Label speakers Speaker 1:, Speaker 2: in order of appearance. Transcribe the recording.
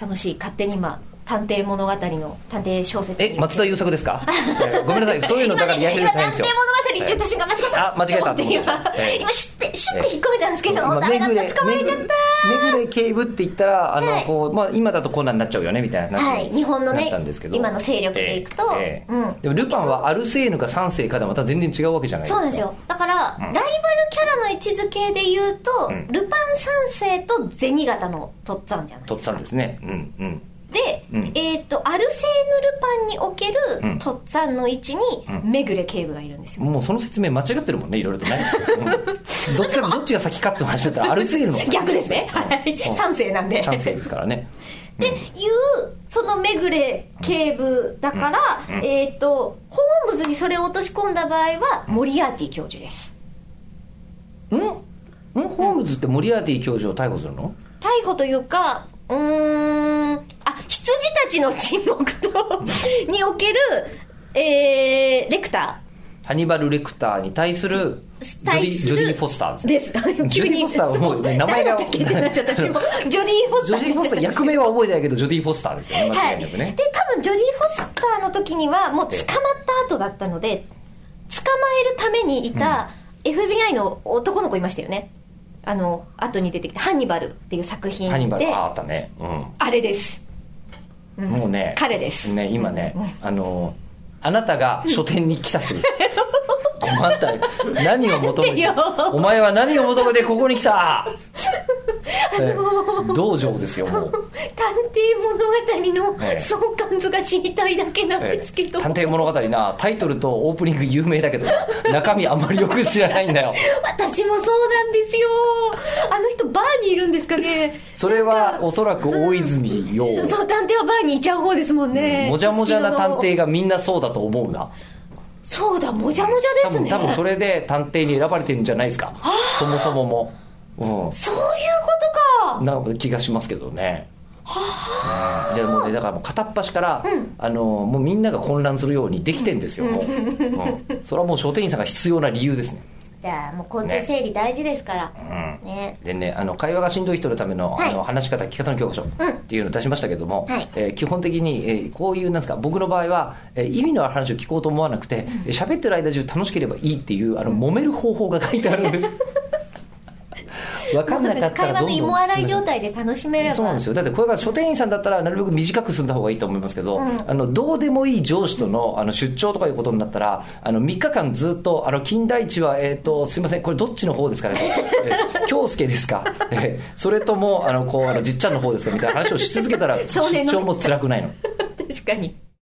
Speaker 1: 楽しい勝手に今探偵物語の探偵小説
Speaker 2: え松田優作で すかえーごめんなさいそういうのだからやり
Speaker 1: 今
Speaker 2: たいん
Speaker 1: 探
Speaker 2: です
Speaker 1: 偵
Speaker 2: よ
Speaker 1: 物語って言った瞬間間違えた
Speaker 2: あ間違えた
Speaker 1: って思って
Speaker 2: と思って
Speaker 1: 今
Speaker 2: ええ
Speaker 1: 今シュッてシュッて引っ込めたんですけどダメだった捕まれちゃっ
Speaker 2: めぐめぐれ警部って言ったらあの、
Speaker 1: はい
Speaker 2: こうまあ、今だとこんなんなっちゃうよねみたい
Speaker 1: た
Speaker 2: な
Speaker 1: は
Speaker 2: 話
Speaker 1: い
Speaker 2: に
Speaker 1: 日本の
Speaker 2: な
Speaker 1: ね
Speaker 2: ったんですけど、
Speaker 1: 今の勢力でいくと
Speaker 2: ええ
Speaker 1: うん
Speaker 2: でもルパンはアルセーヌか三世かでまた全然違うわけじゃないです
Speaker 1: そう
Speaker 2: か
Speaker 1: なんですよだから、
Speaker 2: ん
Speaker 1: ライバルキャラの位置づけで言うと、
Speaker 2: ん
Speaker 1: ルパン三世と銭形のとっつぁんじゃない
Speaker 2: とっさんですねうんうん
Speaker 1: で、
Speaker 2: うん
Speaker 1: えっ、とアルセーヌ・ルパンにおけ
Speaker 2: うん
Speaker 1: るとっつぁんの位置に、
Speaker 2: う
Speaker 1: めぐれ警部がいるんですよ、
Speaker 2: もうその説明間違ってるもんねいろいろ とね、うんどっちかどっちが先かって話だったらアルセーヌの方が先
Speaker 1: 逆ですね、はい
Speaker 2: うん
Speaker 1: 三世なんで
Speaker 2: 三世ですからね
Speaker 1: っていうそのめぐれ警部だから、
Speaker 2: うんうん
Speaker 1: えっ、とホームズにそれを落とし込んだ場合はモリアーティ教授です
Speaker 2: うんんホームズってモリアーティ教授を逮捕するの
Speaker 1: 逮捕というかうーんあ羊たちの沈黙とにおけるえー、レクタ
Speaker 2: ハニバル・レクターに対するジョ
Speaker 1: 対
Speaker 2: ディ
Speaker 1: する
Speaker 2: ジョディ・フォスターです
Speaker 1: ーです
Speaker 2: ジョディ・フォスターはもうね名
Speaker 1: 誰
Speaker 2: 前
Speaker 1: だ
Speaker 2: が
Speaker 1: ったっけってなっちゃったでもジョディ・フォス
Speaker 2: ジ
Speaker 1: タ
Speaker 2: ョ
Speaker 1: ー
Speaker 2: ディ・フォスター役名は覚えてないけどジョディ・フォスターですよね間
Speaker 1: は
Speaker 2: 違い
Speaker 1: い、
Speaker 2: なく
Speaker 1: で
Speaker 2: ね、
Speaker 1: 多分ジョディ・フォスターの時にはもう捕まった後だったので捕まえるためにいた FBI の男の子いましたよねあの後に出てきた「ハンニバル」っていう作品
Speaker 2: ハニバル
Speaker 1: で
Speaker 2: ああ
Speaker 1: あ
Speaker 2: ったねう
Speaker 1: れです
Speaker 2: んもうね
Speaker 1: 彼です
Speaker 2: ね今ねあのあなたが書店に来た 人です困ったよ何を求め
Speaker 1: なんで
Speaker 2: て
Speaker 1: よ
Speaker 2: お前は何を求めてここに来 たえ道場ですよもう
Speaker 1: 探偵物語
Speaker 2: ええ
Speaker 1: の相関図が知りたいだけなんですけど、
Speaker 2: 探偵物語なタイトルとオープニング有名だけど中身あんまりよく知らないんだよ
Speaker 1: 私もそうなんですよあの人バーにいるんですかね
Speaker 2: それはおそらく大泉洋
Speaker 1: そう探偵はバーにいちゃう方ですもんね、
Speaker 2: もじゃもじゃな探
Speaker 1: すすきのの
Speaker 2: 偵がみんなそうだと思うな
Speaker 1: そうだもじゃもじゃ
Speaker 2: 多
Speaker 1: です
Speaker 2: 分
Speaker 1: ね
Speaker 2: 多分それで探偵に選ばれてるんじゃないですかそもそもも、
Speaker 1: そういうことか
Speaker 2: うん、な気がしますけどねねでもうねだからもう片っ端から、あのもうみんなが混乱するようにできてんですよ もう、うんそれはもう書店員さんが必要な理由ですね
Speaker 1: じゃあもう昆虫整理大事ですからね
Speaker 2: でねあの会話がしんどい人のための,、
Speaker 1: はい
Speaker 2: あの話し方聞き方の教科書っていうのを出しましたけども、
Speaker 1: はい
Speaker 2: えー基本的に、えーこういうなんですか僕の場合は、えー意味のある話を聞こうと思わなくてえー喋、ってる間中楽しければいいっていうあの揉める方法が書いてあるんです 分かんなかった
Speaker 1: 会
Speaker 2: ら
Speaker 1: 話の
Speaker 2: どんどん
Speaker 1: 芋洗い状態で楽しめれば
Speaker 2: そうなんですよだってこれが書店員さんだったらなるべく短く済んだ方がいいと思いますけど、あのどうでもいい上司とのあの出張とかいうことになったらあの3日間ずっとあの金田一は、えー、とすいませんこれどっちの方ですかねえ ー京介ですか、えーそれともあのこうあのじっちゃんの方ですかみたいな話をし続けたら
Speaker 1: 少年の
Speaker 2: 出張も辛くないの
Speaker 1: 確かに